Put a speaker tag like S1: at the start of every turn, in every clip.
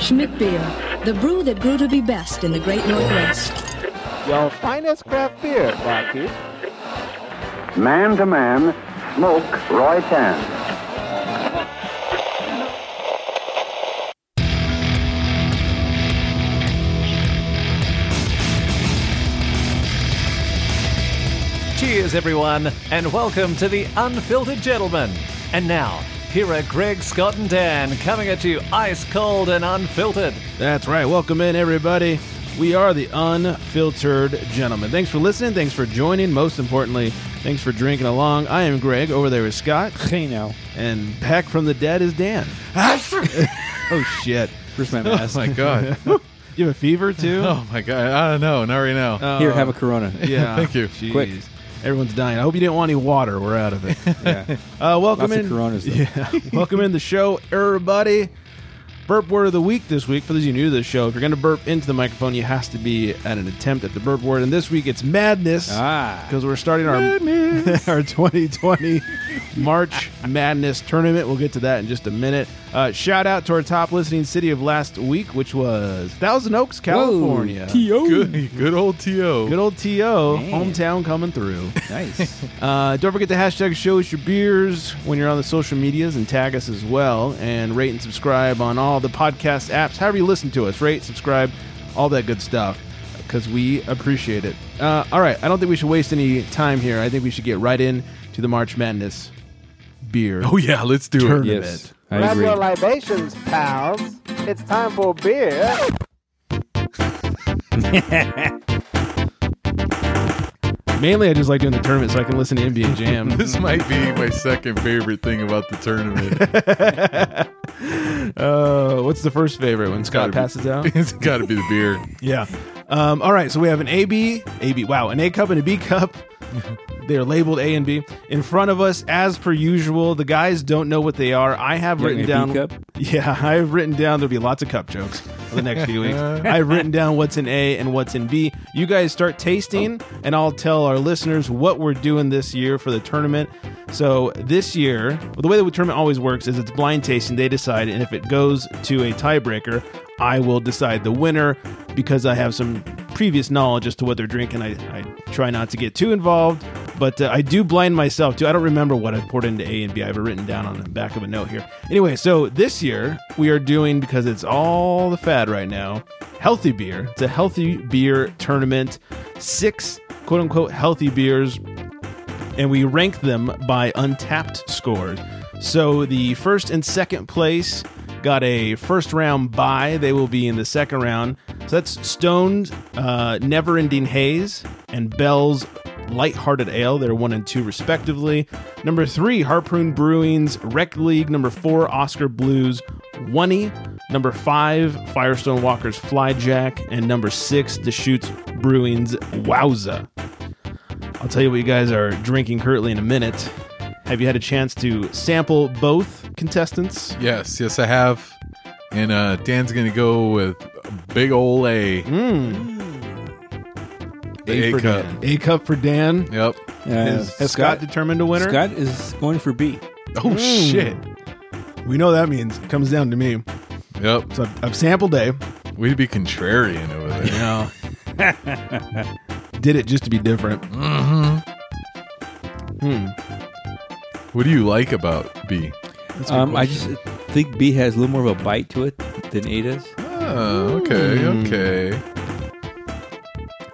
S1: Schmidt Beer, the brew that grew to be best in the great Northwest.
S2: Your finest craft beer, Blackie.
S3: Man to man, smoke Roy Tan.
S4: Cheers, everyone, and welcome to the Unfiltered Gentleman. And now, here are Greg, Scott, and Dan coming at you ice cold and unfiltered.
S5: That's right. Welcome in, everybody. We are the unfiltered gentlemen. Thanks for listening. Thanks for joining. Most importantly, thanks for drinking along. I am Greg. Over there is Scott.
S2: Chino.
S5: And back from the dead is Dan. oh, shit. Oh,
S2: Where's my mask?
S6: my god.
S5: You have a fever, too?
S6: oh my god. I don't know. Not right now.
S5: Oh,
S2: Here, have a Corona.
S5: Yeah.
S6: Thank you.
S5: Jeez.
S2: Quick.
S5: Everyone's dying. I hope you didn't want any water. We're out of it.
S2: Yeah.
S5: Uh, welcome
S2: Lots of
S5: in.
S2: Coronas, though.
S5: Yeah. welcome in the show, everybody. Burp word of the week this week. For those of you new to the show, if you're going to burp into the microphone, you has to be at an attempt at the burp word. And this week it's madness
S2: Ah.
S5: because we're starting our our 2020 March Madness tournament. We'll get to that in just a minute. Uh, shout out to our top listening city of last week, which was Thousand Oaks, California.
S2: T.O.
S6: Good, good old T.O.
S5: Good old TO, hometown coming through.
S2: Nice.
S5: Uh, don't forget to hashtag show us your beers when you're on the social medias and tag us as well. And rate and subscribe on all the podcast apps, however you listen to us. Rate, subscribe, all that good stuff because we appreciate it. Uh, all right, I don't think we should waste any time here. I think we should get right in to the March Madness beer.
S6: Oh yeah, let's do it.
S5: Tournament.
S2: yes. I agree.
S7: libations, pals. It's time for beer.
S5: Mainly, I just like doing the tournament so I can listen to NBA Jam.
S6: This might be my second favorite thing about the tournament.
S5: uh, what's the first favorite when Scott
S6: Gotta be-
S5: passes out?
S6: it's got to be the beer.
S5: Yeah. Um, all right. So we have an AB, AB. Wow, an A cup and a B cup. They're labeled A and B in front of us as per usual. The guys don't know what they are. I have
S2: You want
S5: written
S2: me to
S5: down.
S2: B cup?
S5: Yeah, I've written down. There'll be lots of cup jokes for the next few weeks. I've written down what's in A and what's in B. You guys start tasting, and I'll tell our listeners what we're doing this year for the tournament. So this year, well, the way the tournament always works is it's blind tasting. They decide, and if it goes to a tiebreaker, I will decide the winner because I have some previous knowledge as to what they're drinking. I, I try not to get too involved, but uh, I do blind myself too. I don't remember what I poured into A and B. I have it written down on the back of a note here. Anyway, so this year we are doing, because it's all the fad right now, healthy beer. It's a healthy beer tournament. Six quote unquote healthy beers and we rank them by untapped scores. So the first and second place got a first round bye. They will be in the second round. So that's Stone's uh, Never Ending Haze and Bell's Lighthearted Ale. They're one and two, respectively. Number three, Harpoon Brewing's Rec League. Number four, Oscar Blues Oney. Number five, Firestone Walker's Flyjack. And number six, Deschutes Brewing's Wowza. I'll tell you what you guys are drinking currently in a minute. Have you had a chance to sample both contestants?
S6: Yes, yes, I have. And uh, Dan's gonna go with a big old A. The A
S5: for
S6: cup.
S5: Dan. Mm. A cup for Dan.
S6: Yep.
S5: Has, has Scott, determined a winner?
S2: Uh, Scott is going for B.
S6: Oh
S5: Mm.
S6: shit.
S5: We know that means it comes down to me.
S6: Yep.
S5: So I've, I've sampled A.
S6: We'd be contrarian over there.
S5: No. Did it just to be different.
S6: What do you like about B?
S2: Um, I just think B has a little more of a bite to it than A does.
S6: Oh, okay,
S5: Mm.
S6: okay.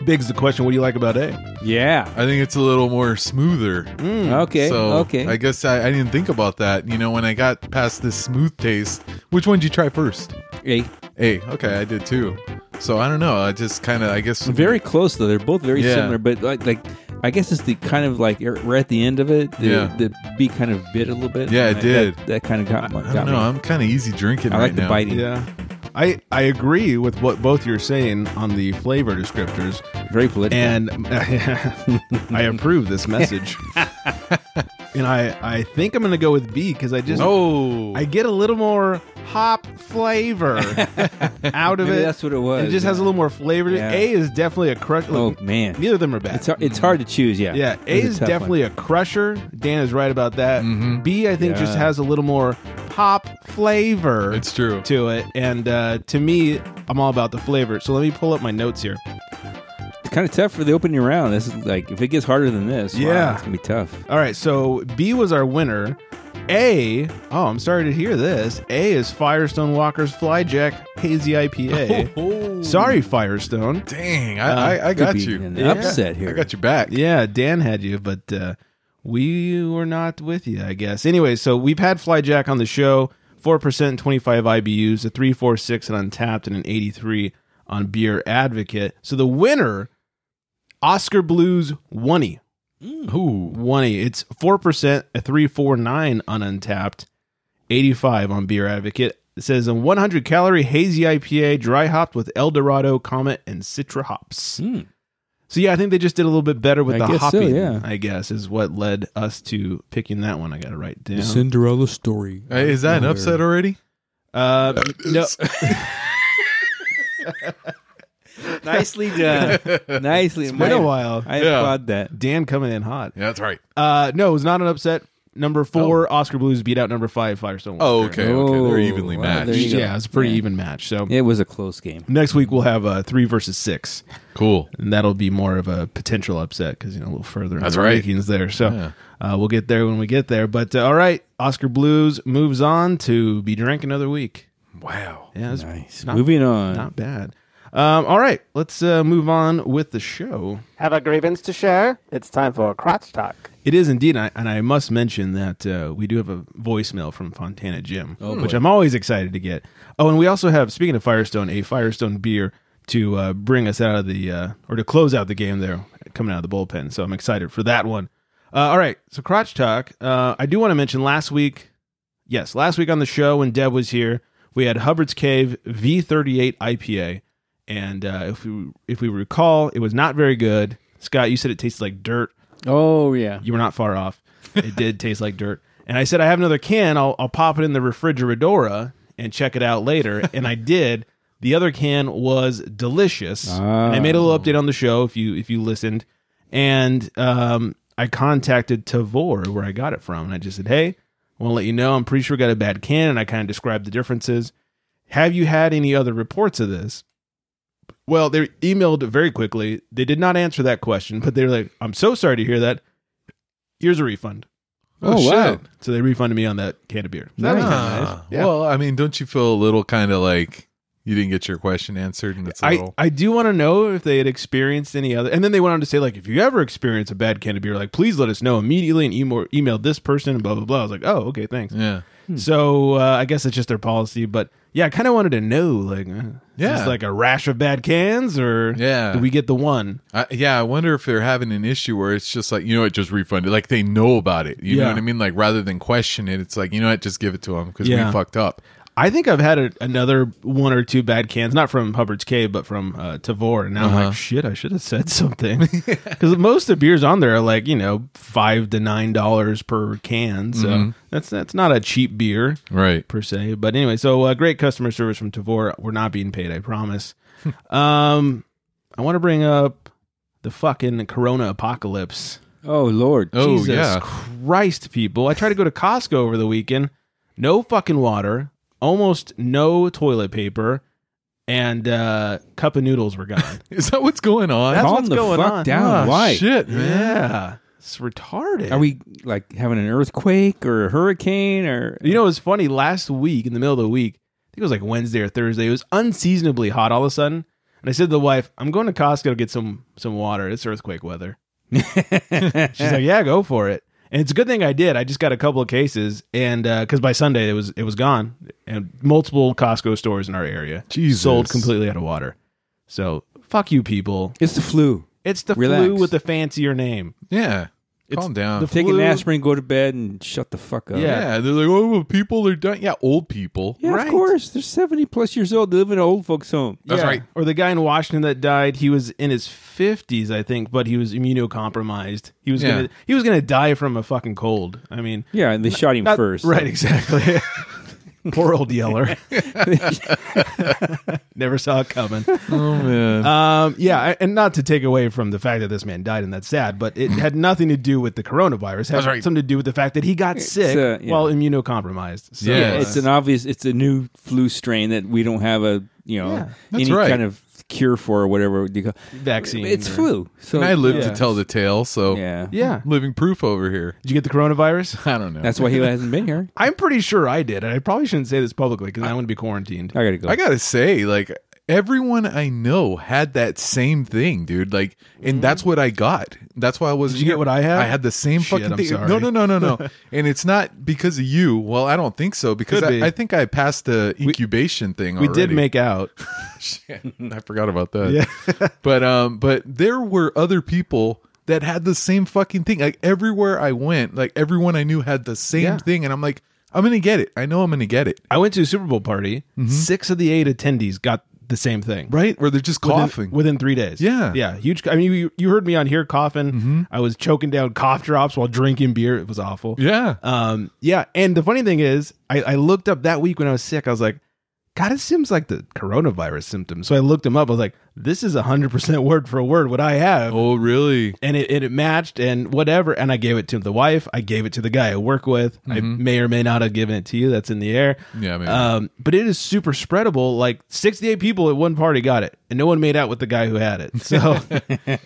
S5: Big's the question. What do you like about A?
S2: Yeah.
S6: I think it's a little more smoother.
S2: Mm, Okay.
S6: Hmm, So
S2: okay.
S6: I guess I, I didn't think about that. You know, when I got past this smooth taste, which one did you try first?
S2: A.
S6: Hey, okay, I did too. So I don't know. I just kind of, I guess,
S2: Very close though. They're both very
S6: Yeah.
S2: similar, but like, like I guess it's the kind of like er- we're at the end of it. The,
S6: Yeah.
S2: the B kind of bit a little bit.
S6: Yeah, it
S2: And that-
S6: did.
S2: That, that kind of got,
S6: I
S2: my- got
S6: don't know.
S2: me.
S6: I'm kind of easy drinking.
S2: I
S6: right
S2: like the
S6: now.
S2: biting.
S5: Yeah. I, I agree with what both you're saying on the flavor descriptors.
S2: Very political.
S5: and I approve this message. and I, I think I'm going to go with B because I just
S6: Oh,
S5: I get a little more hop flavor out of
S2: Maybe
S5: it.
S2: that's what it was,
S5: It just has a
S2: yeah.
S5: little more flavor. to it.
S2: Yeah.
S5: A is definitely a crush.
S2: oh
S5: Look,
S2: man,
S5: neither of them are bad.
S2: it's har- it's hard to choose. Yeah,
S5: yeah,
S2: It
S5: A is
S2: was tough one. Mm-hmm.
S5: definitely a crusher. Dan is right about that. B, I think, just
S2: Yeah.
S5: has a little more hop flavor
S6: It's true.
S5: to it. And uh, to me, I'm all about the flavor. So let me pull up my notes here.
S2: It's kind of tough for the opening round. This is like if it gets harder than this, wow,
S5: Yeah.
S2: it's gonna be tough.
S5: All right, so B was our winner. A, oh, I'm sorry to hear this. A is Firestone Walker's Flyjack Hazy IPA. Sorry, Firestone.
S6: Dang, I, I, I got
S2: eh, Uh, Could be
S6: you.
S2: an
S5: Yeah.
S2: upset here.
S6: I got you back.
S5: Yeah, Dan had you, but uh, we were not with you, I guess. Anyway, so we've had Flyjack on the show 4%, 25 IBUs, a 346 on Untapped, and an 83 on Beer Advocate. So the winner, Oscar Blues 1E.
S6: Ooh.
S5: 1E. It's 4%, a 349 on Untapped, 85 on Beer Advocate. It says a 100 calorie hazy IPA, dry hopped with El Dorado, Comet, and Citra hops.
S2: Mm.
S5: So yeah, I think they just did a little bit better with the
S2: I guess so,
S5: hopping.
S2: yeah.
S5: I guess is what led us to picking that one. I got to write down.
S8: Cinderella story.
S6: Uh, Is that an upset already?
S5: Uh, no,
S2: Nicely done. Nicely. It's
S5: been a while.
S2: I
S6: Yeah.
S2: applaud that.
S5: Dan coming in hot.
S6: Yeah, that's right.
S5: Uh, no, it was not an upset. Number four, Oscar Blues beat out number five, Firestone.
S6: Oh,
S5: Walker.
S6: okay, okay. They're
S2: Oh,
S6: evenly
S2: wow,
S6: matched.
S2: there you go.
S5: Yeah, it's a pretty
S2: Yeah.
S5: even match. So
S2: It was a close game.
S5: next week we'll have uh, three versus six.
S6: Cool.
S5: and that'll be more of a potential upset because you know a little further in
S6: That's
S5: the
S6: right.
S5: rankings there. So
S6: Yeah.
S5: uh, we'll get there when we get there. But uh, all right, Oscar Blues moves on to be drank another week.
S2: Oh,
S6: Wow.
S5: Yeah, it's
S2: Nice.
S5: not-
S2: Moving on.
S5: not bad. Um, all right, let's uh, move on with the show.
S7: Have a grievance to share? It's time for crotch talk.
S5: It is indeed, and I, and I must mention that uh, we do have a voicemail from Fontana Jim, which I'm always excited to get. Oh, and we also have, speaking of Firestone, a Firestone beer to uh, bring us out of the uh, or to close out the game there, coming out of the bullpen. So I'm excited for that one. Uh, all right, so crotch talk. Uh, I do want to mention last week. Yes, last week on the show when Deb was here, we had Hubbard's Cave V38 IPA, and uh, if we if we recall, it was not very good. Scott, you said it tasted like dirt.
S2: Oh yeah.
S5: You were not far off. It did taste like dirt. And I said, I have another can. I'll, I'll pop it in the refrigeradora and check it out later. And I did. The other can was delicious. And I made a little update on the show if you if you listened. And um, I contacted Tavor where I got it from. And I just said, hey, want to let you know I'm pretty sure I got a bad can. And I kind of described the differences. Have you had any other reports of this? Well, they emailed very quickly. They did not answer that question, but they were like, I'm so sorry to hear that. Here's a refund.
S6: Oh,
S2: Oh, wow.
S6: shit.
S5: So they refunded me on that can of beer.
S2: Nice.
S6: Ah,
S5: Yeah.
S6: Well, I mean, don't you feel a little kind of like you didn't get your question answered, and it's a
S5: I,
S6: little.
S5: I do want to know if they had experienced any other. And then they went on to say, like, if you ever experience a bad can of beer, like, please let us know immediately and email, email this person and blah, blah, blah. I was like, oh, okay, thanks.
S6: yeah.
S5: So uh, I guess it's just their policy. But yeah, I kind of wanted to know, like, uh,
S6: Yeah.
S5: is this like a rash of bad cans or
S6: Yeah.
S5: do we get the one?
S6: I, yeah, I wonder if they're having an issue where it's just like you know what, just refund it. Like they know about it. You
S5: Yeah.
S6: know what I mean? Like rather than question it, it's like you know what, just give it to them because
S5: Yeah.
S6: we fucked up.
S5: I think I've had a, another one or two bad cans, not from Hubbard's Cave, but from uh, Tavor. And now I'm like, shit, I should have said something. Because most of the beers on there are like, you know, five to nine dollars per can. So that's that's not a cheap beer
S6: Right.
S5: per se. But anyway, so uh, great customer service from Tavor. We're not being paid, I promise. um, I want to bring up the fucking Corona apocalypse.
S2: Oh Lord.
S6: Oh
S5: Jesus
S6: yeah.
S5: Christ, people. I tried to go to Costco over the weekend. No fucking water, almost no toilet paper, and uh, cup of noodles were gone.
S6: Is that what's going on?
S5: That's
S2: Calm
S5: what's
S2: the
S5: going
S2: fuck
S5: on. Oh,
S2: down.
S6: Ah,
S2: Why?
S6: Shit, man.
S5: yeah. It's retarded.
S2: Are we like having an earthquake or a hurricane or
S5: You know, it's funny. Last week, in the middle of the week, I think it was like Wednesday or Thursday. It was unseasonably hot all of a sudden, and I said to the wife, "I'm going to Costco to get some some water. It's earthquake weather." She's like, "Yeah, go for it." And it's a good thing I did. I just got a couple of cases, and because by Sunday it was it was gone, and multiple Costco stores in our area
S6: Jesus.
S5: sold completely out of water. So fuck you, people.
S2: It's the flu.
S5: It's the flu
S2: Relax.
S5: with the fancier name.
S6: Yeah.
S5: It's
S6: Calm down.
S5: the
S2: Take
S5: Flu.
S2: an aspirin, go to bed, and shut the fuck up.
S5: Yeah.
S6: yeah. They're like, oh, well, people are done. Yeah, old people.
S2: Yeah,
S5: Right.
S2: of course. They're seventy plus years old. They live in an old folks' home.
S6: That's right.
S5: Or the guy in Washington that died, he was in his fifties, I think, but he was immunocompromised. He was
S6: Yeah.
S5: gonna he was gonna die from a fucking cold. I mean
S2: Yeah, and they shot him
S5: not-
S2: first.
S5: Right, exactly. Poor old Yeller. Never saw it coming.
S6: Oh man.
S5: Um, yeah, I- and not to take away from the fact that this man died, and that's sad, but it had nothing to do with the coronavirus. It had
S6: That's right.
S5: something to do with the fact that he got sick
S2: uh, yeah.
S5: while immunocompromised. So,
S6: Yeah,
S2: Yeah, it's an obvious. It's a new flu strain that we don't have a you know
S5: Yeah,
S6: that's
S2: any
S6: right.
S2: kind of cure for or whatever you call
S5: vaccine.
S2: It's
S5: or-
S2: flu. So
S6: and I live
S5: yeah.
S6: to tell the tale, so
S2: Yeah.
S5: Yeah.
S6: living proof over here.
S5: Did you get the coronavirus?
S6: I don't know.
S2: That's why he hasn't been here.
S5: I'm pretty sure I did, and I probably shouldn't say this publicly because I want to be quarantined.
S2: I gotta go.
S6: I gotta say, like everyone I know had that same thing, dude. Like, and that's what I got. That's why I was.
S5: Did you get what I had?
S6: I had the same
S5: Shit,
S6: fucking
S5: I'm
S6: thing.
S5: sorry.
S6: No, no, no, no, no. and it's not because of you. Well, I don't think so. Because
S5: Could be.
S6: I, I think I passed the incubation thing.
S5: We did
S6: already.
S5: make out.
S6: Shit, I forgot about that. but um, but there were other people that had the same fucking thing. Like everywhere I went, like everyone I knew had the same
S5: Yeah.
S6: thing, and I'm like, I'm gonna get it. I know I'm gonna get it.
S5: I went to a Super Bowl party. Six of the eight attendees got the same thing.
S6: Mm-hmm. Right? Where they're just coughing.
S5: Within, within three days.
S6: Yeah. Mm-hmm.
S5: Yeah. Huge. I mean, you, you heard me on here coughing. I was choking down cough drops while drinking beer. It was awful.
S6: yeah.
S5: Um, yeah. And the funny thing is, I, I looked up that week when I was sick. I was like, God, it seems like the coronavirus symptoms. So I looked them up. I was like, this is 100% word for word what I have.
S6: oh, really?
S5: And it, it, it matched and whatever. And I gave it to the wife. I gave it to the guy I work with. I may or may not have given it to you. That's in the air.
S6: Mm-hmm. Yeah, maybe.
S5: Um, but it is super spreadable. Like 68 people at one party got it, and no one made out with the guy who had it. So,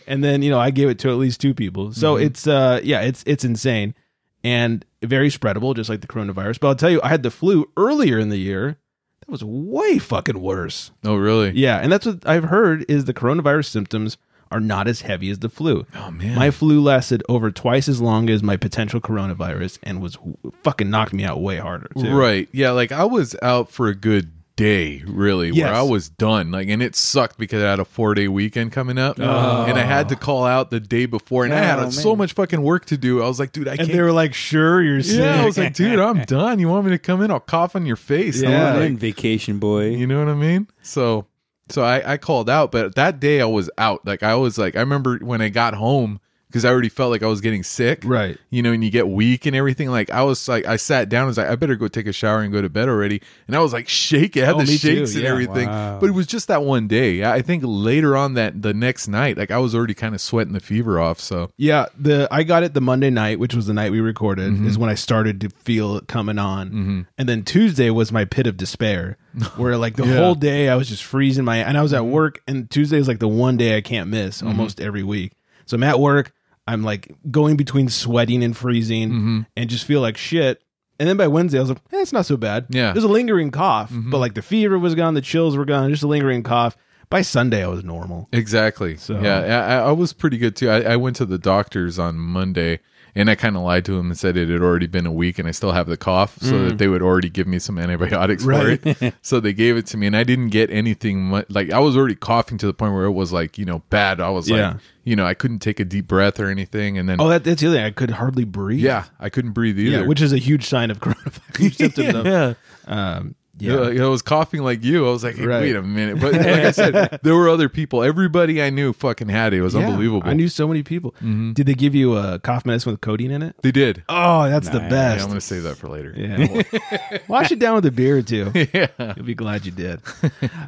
S5: and then you know I gave it to at least two people. So
S6: Mm-hmm.
S5: it's uh yeah, it's it's insane and very spreadable, just like the coronavirus. But I'll tell you, I had the flu earlier in the year. That was way fucking worse.
S6: Oh, really?
S5: Yeah, and that's what I've heard is the coronavirus symptoms are not as heavy as the flu.
S6: Oh man.
S5: My flu lasted over twice as long as my potential coronavirus and was fucking knocked me out way harder. Too.
S6: Right. Yeah, like I was out for a good day, really,
S5: Yes.
S6: where I was done. Like and it sucked because I had a 4-day weekend coming up
S5: Oh.
S6: and I had to call out the day before and I had so much fucking work to do. I was like, dude, I
S5: And
S6: can't
S5: they were like, "Sure, you're sick."
S6: Yeah, I was like, dude, I'm done. You want me to come in? I'll cough on your face. I
S5: Yeah.
S6: was
S2: I'm
S6: like,
S2: in vacation, boy.
S6: You know what I mean? So so I, I called out, but that day I was out. Like I was like I remember when I got home because I already felt like I was getting sick.
S5: Right.
S6: You know, and you get weak and everything. Like I was like I sat down, I was like, I better go take a shower and go to bed already. And I was like shaking. I had
S5: Oh,
S6: the
S5: me too.
S6: shakes and
S5: Yeah.
S6: everything. But it was just that one day. I I think later on that the next night, like I was already kind of sweating the fever off. So
S5: Yeah, the I got it the Monday night, which was the night we recorded,
S6: Mm-hmm.
S5: is when I started to feel it coming on. And then Tuesday was my pit of despair, where like the
S6: Yeah. Mm-hmm.
S5: whole day I was just freezing my and I was at work and Tuesday is like the one day I can't miss almost every week. So I'm at work, I'm like going between sweating and freezing
S6: Mm-hmm.
S5: and just feel like shit. And then by Wednesday I was like, eh, it's not so bad.
S6: Yeah. Mm-hmm.
S5: There's a lingering cough, but like the fever was gone, the chills were gone, just a lingering cough. By Sunday I was normal.
S6: Exactly.
S5: So-
S6: yeah, I, I was pretty good too. I, I went to the doctor's on Monday, and I kind of lied to him and said it had already been a week, and I still have the cough, so
S5: Mm.
S6: that they would already give me some antibiotics for it. so they gave it to me, and I didn't get anything. Mu- like I was already coughing to the point where it was like you know bad. I was
S5: Yeah.
S6: like you know I couldn't take a deep breath or anything, and then
S5: Oh, that, that's the other thing. I could hardly breathe.
S6: yeah, I couldn't breathe either.
S5: Yeah, which is a huge sign of coronavirus symptom. Though.
S6: yeah.
S5: Um, yeah.
S6: Yeah. I was coughing like you. I was like, hey,
S5: Right.
S6: wait a minute. But like I said, there were other people. Everybody I knew fucking had it. It was
S5: Yeah,
S6: unbelievable. Mm-hmm.
S5: I knew so many people. Did they give you a cough medicine with codeine in it?
S6: they did.
S5: Oh, that's the
S6: Yeah, I'm
S5: best.
S6: going to save that for later.
S5: Yeah. Wash it down with a beer or two. Yeah. You'll be glad you did.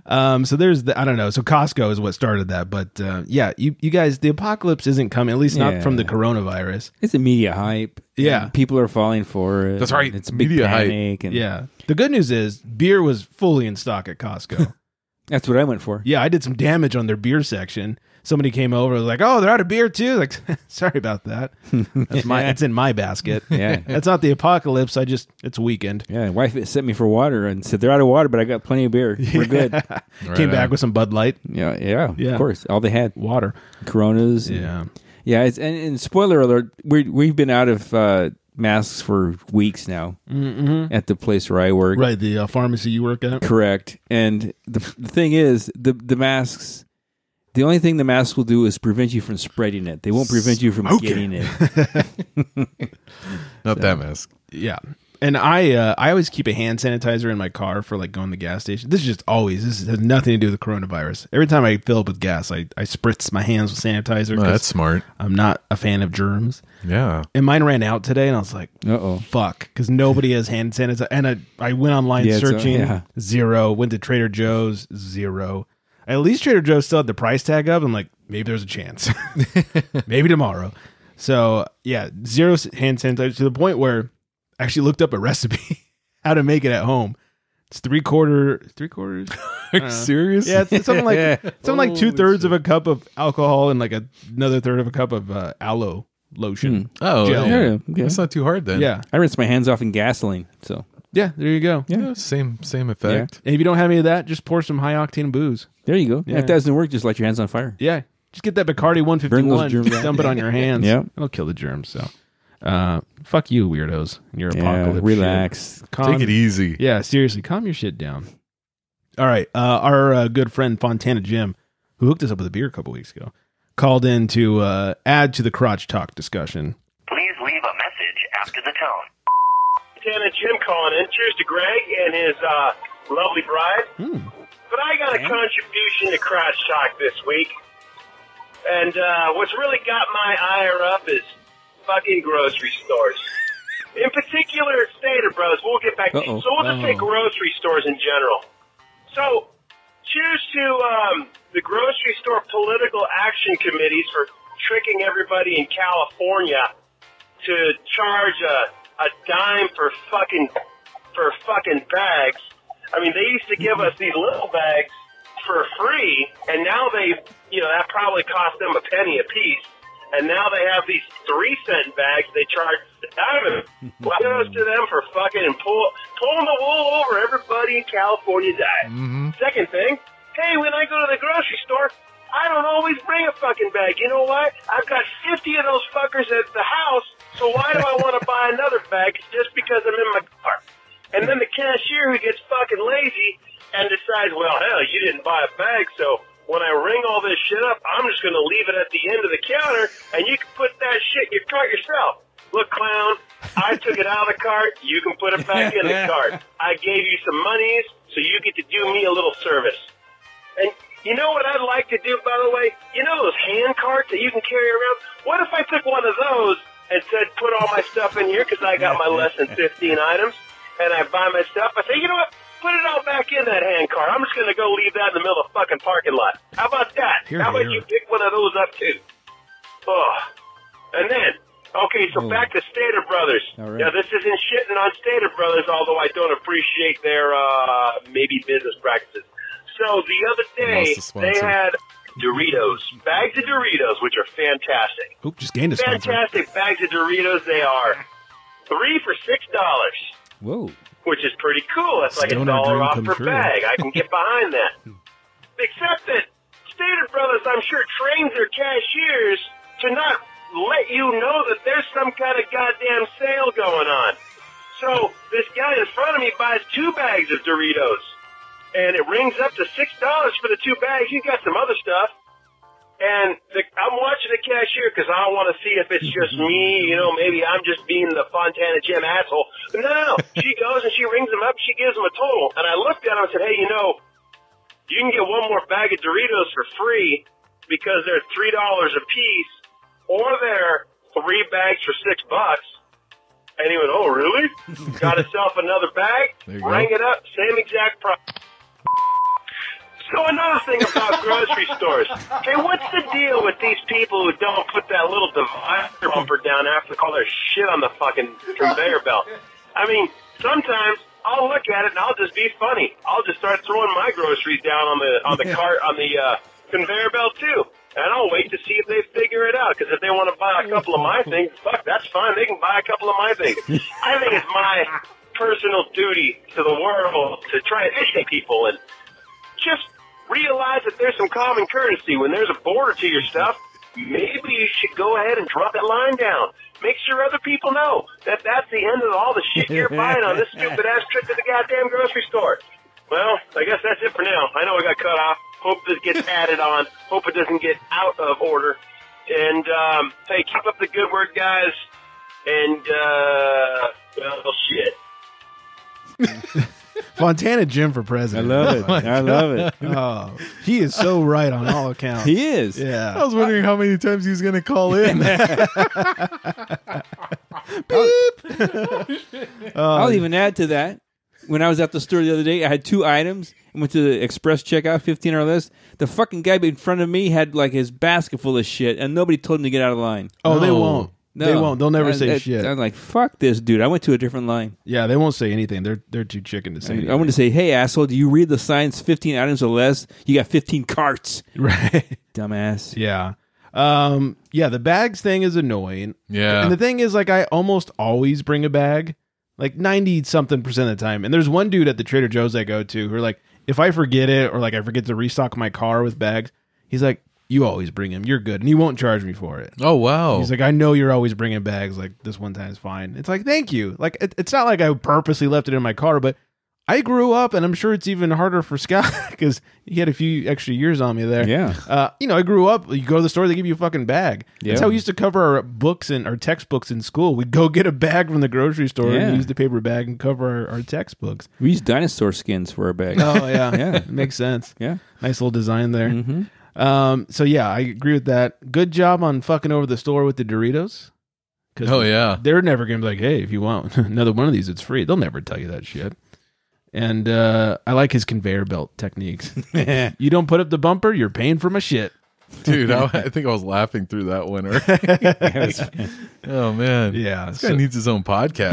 S5: Um, so there's the, I don't know. So Costco is what started that. But uh, yeah, you, you guys, the apocalypse isn't coming, at least not
S2: Yeah.
S5: from the coronavirus.
S2: It's a media hype.
S5: Yeah.
S2: And people are falling for it.
S6: That's right.
S2: It's a big
S6: Media hype.
S2: panic, and
S5: Yeah. The good news is beer was fully in stock at Costco.
S2: that's what I went for.
S5: Yeah, I did some damage on their beer section. Somebody came over, was like, "Oh, they're out of beer too." Like, sorry about that. That's my. That's in my basket.
S2: Yeah.
S5: that's not the apocalypse. I just it's weekend.
S2: Yeah, my wife sent me for water and said they're out of water, but I got plenty of beer. We're good.
S5: came
S6: on.
S5: back with some Bud Light
S2: Yeah, yeah,
S5: Yeah.
S2: of course. All they had
S5: water.
S2: Coronas. and-
S5: Yeah.
S2: yeah. It's, and, and spoiler alert: we we've been out of uh, masks for weeks now at the place where I work.
S5: Mm-hmm. Right, the uh, pharmacy you work at.
S2: Correct. And the, the thing is, the the masks. The only thing the masks will do is prevent you from spreading it. They won't prevent you from getting it.
S6: Not that mask.
S5: Yeah. And I uh, I always keep a hand sanitizer in my car for like going to the gas station. This is just always this has nothing to do with coronavirus. Every time I fill up with gas, I, I spritz my hands with sanitizer.
S6: Oh,
S5: 'cause
S6: that's smart.
S5: I'm not a fan of germs.
S6: Yeah.
S5: And mine ran out today, and I was like,
S2: Uh-oh.
S5: fuck," because nobody has hand sanitizer. And I I went online
S2: Yeah, it's, uh,
S5: searching
S2: yeah.
S5: zero. Went to Trader Joe's zero. At least Trader Joe's still had the price tag up. I'm like, maybe there's a chance. maybe tomorrow. So yeah, zero s- hand sanitizer to the point where I actually looked up a recipe how to make it at home. It's three quarter, three quarters.
S6: Are you serious?
S5: Uh, Yeah, it's, it's something like
S2: Yeah.
S5: something like two thirds of a cup of alcohol and like a, another third of a cup of uh, aloe lotion.
S6: Oh,
S5: Gel.
S6: yeah.
S2: Yeah, yeah.
S6: That's not too hard then.
S5: Yeah,
S2: I rinse my hands off in gasoline. So
S5: Hmm. yeah. There you go.
S6: Yeah, same same effect.
S5: And if you don't have any of that, just pour some high octane booze.
S2: there you go.
S5: Yeah.
S2: If that doesn't work, just light your hands on fire.
S5: Yeah, just get that Bacardi one fifty
S2: Burn
S5: one,
S2: those germs out.
S5: dump it on your hands.
S2: Yep.
S5: it'll kill the germs. So, uh, fuck you, weirdos. and Your
S2: Yeah,
S5: apocalypse.
S2: relax.
S5: shit. Calm-
S6: Take it easy.
S5: Um, Yeah, seriously, calm your shit down. All right, uh, our uh, good friend Fontana Jim, who hooked us up with a beer a couple weeks ago, called in to uh, add to the crotch talk discussion.
S8: Please leave a message after the tone.
S9: Dan and Jim calling in. Cheers to Greg and his uh, lovely bride. But I got a contribution to Crotch Talk this week. And uh, what's really got my ire up is fucking grocery stores. In particular, Stater Bros. We'll get back to
S2: Uh-oh.
S9: you. So we'll just say grocery stores in general. So, cheers to um, the grocery store political action committees for tricking everybody in California to charge a, a dime for fucking for fucking bags. I mean, they used to give us these little bags for free, and now they, you know, that probably cost them a penny a piece. And now they have these three cent bags they charge a dime. in. Well, goes to them for fucking pull, pulling the wool over everybody in California's eyes. Second thing, hey, when I go to the grocery store, I don't always bring a fucking bag. You know why? I've got 50 of those fuckers at the house, so why do I want to buy another bag just because I'm in my car? And then the cashier who gets fucking lazy and decides, well, hell, you didn't buy a bag, so when I ring all this shit up, I'm just going to leave it at the end of the counter, and you can put that shit in your cart yourself. Look, clown, I took it out of the cart. You can put it back in the cart. I gave you some monies, so you get to do me a little service. And you know what I'd like to do, by the way? You know those hand carts that you can carry around? What if I took one of those and said, put all my stuff in here because I got my less than 15 items, and I buy my stuff? I say, you know what? Put it all back in that hand cart. I'm just going to go leave that in the middle of the fucking parking lot. How about that? How about you pick one of those up, too? Oh. And then, okay, so back to Stater Brothers.
S2: All right.
S9: Now, this isn't shitting on Stater Brothers, although I don't appreciate their uh, maybe business practices. So the other day,
S6: Lost the
S9: they
S6: sponsor.
S9: had Doritos, bags of Doritos, which are fantastic.
S5: Oop, just gained a sponsor.
S9: Fantastic bags of Doritos they are. Three for six dollars,
S2: Whoa.
S9: which is pretty cool. That's like a
S5: Stoner dream
S9: dollar off
S5: come
S9: per
S5: true.
S9: bag. I can get behind that. Except that Stater Brothers, I'm sure, trains their cashiers to not let you know that there's some kind of goddamn sale going on. So this guy in front of me buys two bags of Doritos, and it rings up to six dollars for the two bags. He's got some other stuff, and the, I'm watching the cashier because I want to see if it's just me. You know, maybe I'm just being the Fontana Jim asshole. But no, no, she goes and she rings him up. She gives him a total, and I looked at him and said, "Hey, you know, you can get one more bag of Doritos for free because they're three dollars a piece, or they're three bags for six bucks. And he went, "Oh, really? Got himself another bag.
S6: There you go.
S9: Rang it up, same exact price." So another thing about grocery stores. Okay, what's the deal with these people who don't put that little divider bumper down after they call their shit on the fucking conveyor belt? I mean, sometimes I'll look at it and I'll just be funny. I'll just start throwing my groceries down on the on the cart on the uh, conveyor belt too. And I'll wait to see if they figure it out. Because if they want to buy a couple of my things, fuck, that's fine. They can buy a couple of my things. I think it's my personal duty to the world to try and educate people and just realize that there's some common currency. When there's a border to your stuff, maybe you should go ahead and drop that line down. Make sure other people know that that's the end of all the shit you're buying on this stupid ass trip to the goddamn grocery store. Well, I guess that's it for now. I know I got cut off. Hope this gets added on. Hope it doesn't get out of order. And um, hey, keep up the good work, guys. And uh, well, shit.
S5: Fontana Jim for
S2: I
S5: president.
S2: love it. I love it.
S5: Oh, he is so right on all accounts.
S2: He is.
S6: I
S5: Yeah.
S6: was wondering how many times he was going to call in.
S2: I'll even add to that. When I was at the store the other day, I had two items and went to the express checkout, 15 hour list. The fucking guy in front of me had like his basket full of shit and nobody told him to get out of line.
S5: Oh, they won't.
S2: No.
S5: They won't. They'll never
S2: I-
S5: say
S2: I-
S5: shit.
S2: I'm like, fuck this dude. I went to a different line.
S5: yeah, they won't say anything. They're they're too chicken to say.
S2: I want to say, hey, asshole, do you read the signs 15 items or less? You got 15 carts.
S5: anything. right.
S2: Dumbass.
S5: Yeah. Um. Yeah. The bags thing is annoying.
S6: Yeah.
S5: And the thing is, like, I almost always bring a bag, like ninety something percent of the time. And there's one dude at the Trader Joe's I go to who are like, if I forget it or like I forget to restock my car with bags, he's like, you always bring them. You're good, and he won't charge me for it.
S6: oh, wow.
S5: He's like, I know you're always bringing bags. Like this one time is fine. It's like, thank you. Like it, it's not like I purposely left it in my car, but I grew up, and I'm sure it's even harder for Scott because he had a few extra years on me there.
S2: Yeah.
S5: Uh, you know, I grew up. You go to the store, they give you a fucking bag. That's
S2: Yeah.
S5: how we used to cover our books and our textbooks in school. We'd go get a bag from the grocery store
S2: Yeah.
S5: and use the paper bag and cover our, our textbooks.
S2: We use dinosaur skins for our bag.
S5: Oh yeah,
S2: Yeah.
S5: makes sense.
S2: Yeah. Mm-hmm.
S5: Nice little design there. Um, so yeah, I agree with that. Good job on fucking over the store with the Doritos. 'Cause
S6: Oh, yeah.
S5: they're never gonna be like, hey, if you want another one of these, it's free. They'll never tell you that shit. And uh, I like his conveyor belt techniques. you don't put up the bumper, you're paying for my shit.
S6: Dude, I, I think I was laughing through that one. already. oh, man.
S5: Yeah,
S6: This
S5: so-
S6: guy needs his own podcast.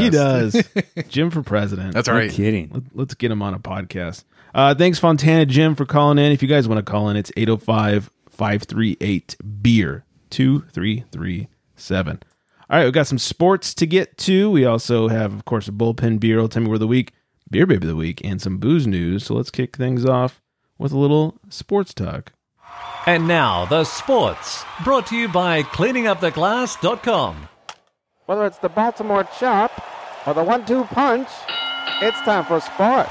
S5: He does. Jim for president.
S6: That's all
S2: No
S6: right.
S2: kidding.
S5: Let- Let's get him on a podcast. Uh, thanks, Fontana Jim, for calling in. If you guys want to call in, it's 805 538 beer 2337. All right, we've got some sports to get to. We also have, of course, a bullpen beer, old time of the week, beer baby of the week, and some booze news. So let's kick things off with a little sports talk.
S4: And now, the sports, brought to you by cleaninguptheglass.com.
S7: Whether it's the Baltimore Chop or the one-two punch, it's time for sports.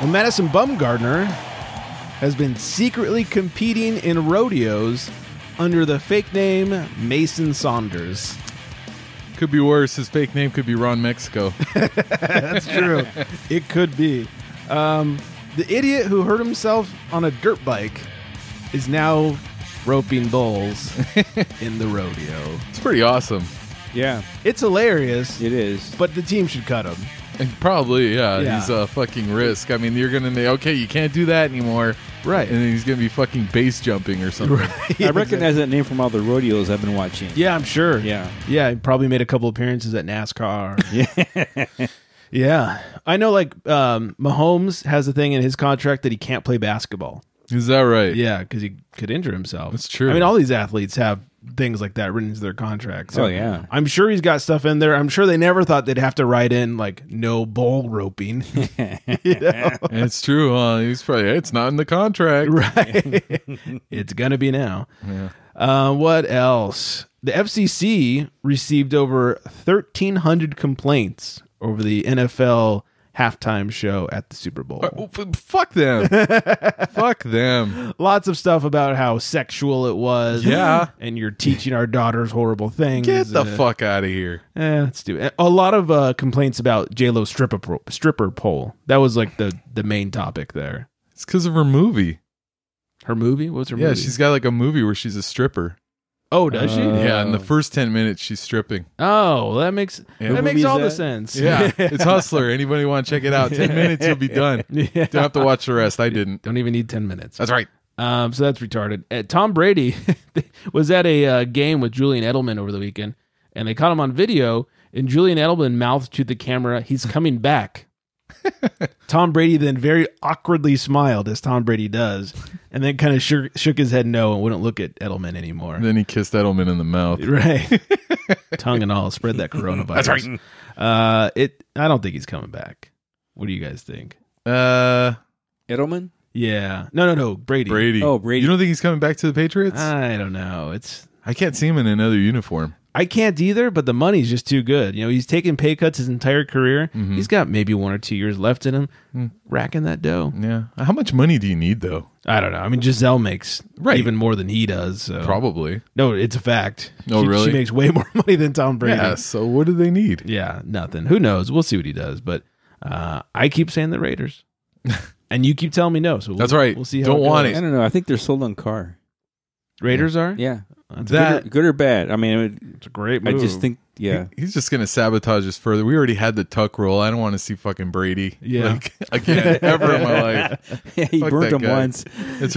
S5: Well, Madison Bumgardner has been secretly competing in rodeos under the fake name Mason Saunders.
S6: Could be worse. His fake name could be Ron Mexico.
S5: true. It could be. Um, the idiot who hurt himself on a dirt bike is now roping bulls in the rodeo.
S6: It's pretty awesome.
S2: Yeah,
S5: It's hilarious,
S2: it is.
S5: but the team should cut him.
S6: And probably, yeah,
S5: Yeah.
S6: he's a fucking risk. I mean, you're going to, okay, you can't do that anymore.
S5: Right.
S6: And then he's going to be fucking base jumping or something.
S2: I recognize that name from all the rodeos I've been watching.
S5: Yeah, I'm sure.
S2: Yeah.
S5: Yeah, he probably made a couple appearances at NASCAR. Yeah. yeah. I know like um Mahomes has a thing in his contract that he can't play basketball.
S6: Is that right?
S5: Yeah, because he could injure himself.
S6: That's true.
S5: I mean, all these athletes have things like that written into their contracts.
S2: Oh, yeah.
S5: I'm sure he's got stuff in there. I'm sure they never thought they'd have to write in like no bull roping.
S6: It's true. Huh? He's probably, it's not in the contract.
S5: it's gonna be now. Uh, what else? The FCC received over 1,300 complaints over the NFL halftime show at the Super Bowl.
S6: Oh, f- fuck them. fuck them.
S5: Lots of stuff about how sexual it was.
S6: Yeah.
S5: and you're teaching our daughters horrible things.
S6: Get the
S5: Uh,
S6: fuck out of here.
S5: Eh, let's do it. A lot of uh, complaints about J Lo stripper pro- stripper pole. That was like the the main topic there.
S6: It's because of her movie.
S5: Her movie? What was her
S6: Yeah,
S5: movie?
S6: she's got like a movie where she's a stripper.
S5: oh, does she?
S6: Uh, yeah, in the first 10 minutes, she's stripping.
S5: Oh, that makes
S6: Yeah.
S5: that
S6: What
S5: makes
S2: movie
S5: all
S2: is
S5: the
S2: that?
S5: sense.
S6: Yeah, it's Hustler. Anybody want to check it out? 10 minutes, you'll be done.
S5: Yeah.
S6: Don't have to watch the rest. I didn't.
S5: Don't even need ten minutes.
S6: That's right.
S5: Um, so that's retarded. Uh, Tom Brady was at a uh, game with Julian Edelman over the weekend, and they caught him on video. And Julian Edelman mouthed to the camera, "He's coming back." Tom Brady then very awkwardly smiled, as Tom Brady does, and then kind of shook, shook his head no and wouldn't look at Edelman anymore.
S6: Then he kissed Edelman in the mouth.
S5: Right, tongue and all, spread that coronavirus. That's right. Uh, it. I don't think he's coming back. What do you guys think?
S6: Uh,
S2: Edelman?
S5: Yeah. No, no, no. Brady.
S6: Brady.
S2: Oh, Brady.
S6: You don't think he's coming back to the Patriots?
S5: I don't know. It's
S6: I can't see him in another uniform.
S5: I can't either, but the money's just too good. You know, he's taken pay cuts his entire career.
S6: Mm-hmm. Hmm.
S5: He's got maybe one or two years left in him, racking that dough.
S6: Yeah. How much money do you need, though?
S5: I don't know. I mean, Giselle makes
S6: Right.
S5: even more than he does. So.
S6: Probably.
S5: No, it's a fact.
S6: Oh,
S5: she, She
S6: really?
S5: makes way more money than Tom Brady.
S6: Yeah. So what do they need?
S5: Yeah, nothing. Who knows? We'll see what he does. But uh, I keep saying the Raiders, and you keep telling me no. So we'll,
S6: That's right.
S5: We'll see. How
S6: Don't
S5: goes.
S6: want
S2: I
S6: it.
S2: don't know. I think they're sold on car.
S5: Raiders are.
S2: Yeah,
S5: That's
S2: good or,
S5: that.
S2: good or bad. I mean, it-
S5: It's a great
S2: I
S5: move.
S2: just think yeah.
S6: He's just gonna sabotage us further. We already had the tuck roll. I don't want to see fucking Brady.
S5: Yeah.
S6: Like, again, ever in my life.
S2: Yeah, he
S6: Fuck
S2: burnt
S6: that
S2: them
S6: guy.
S2: once.
S6: That's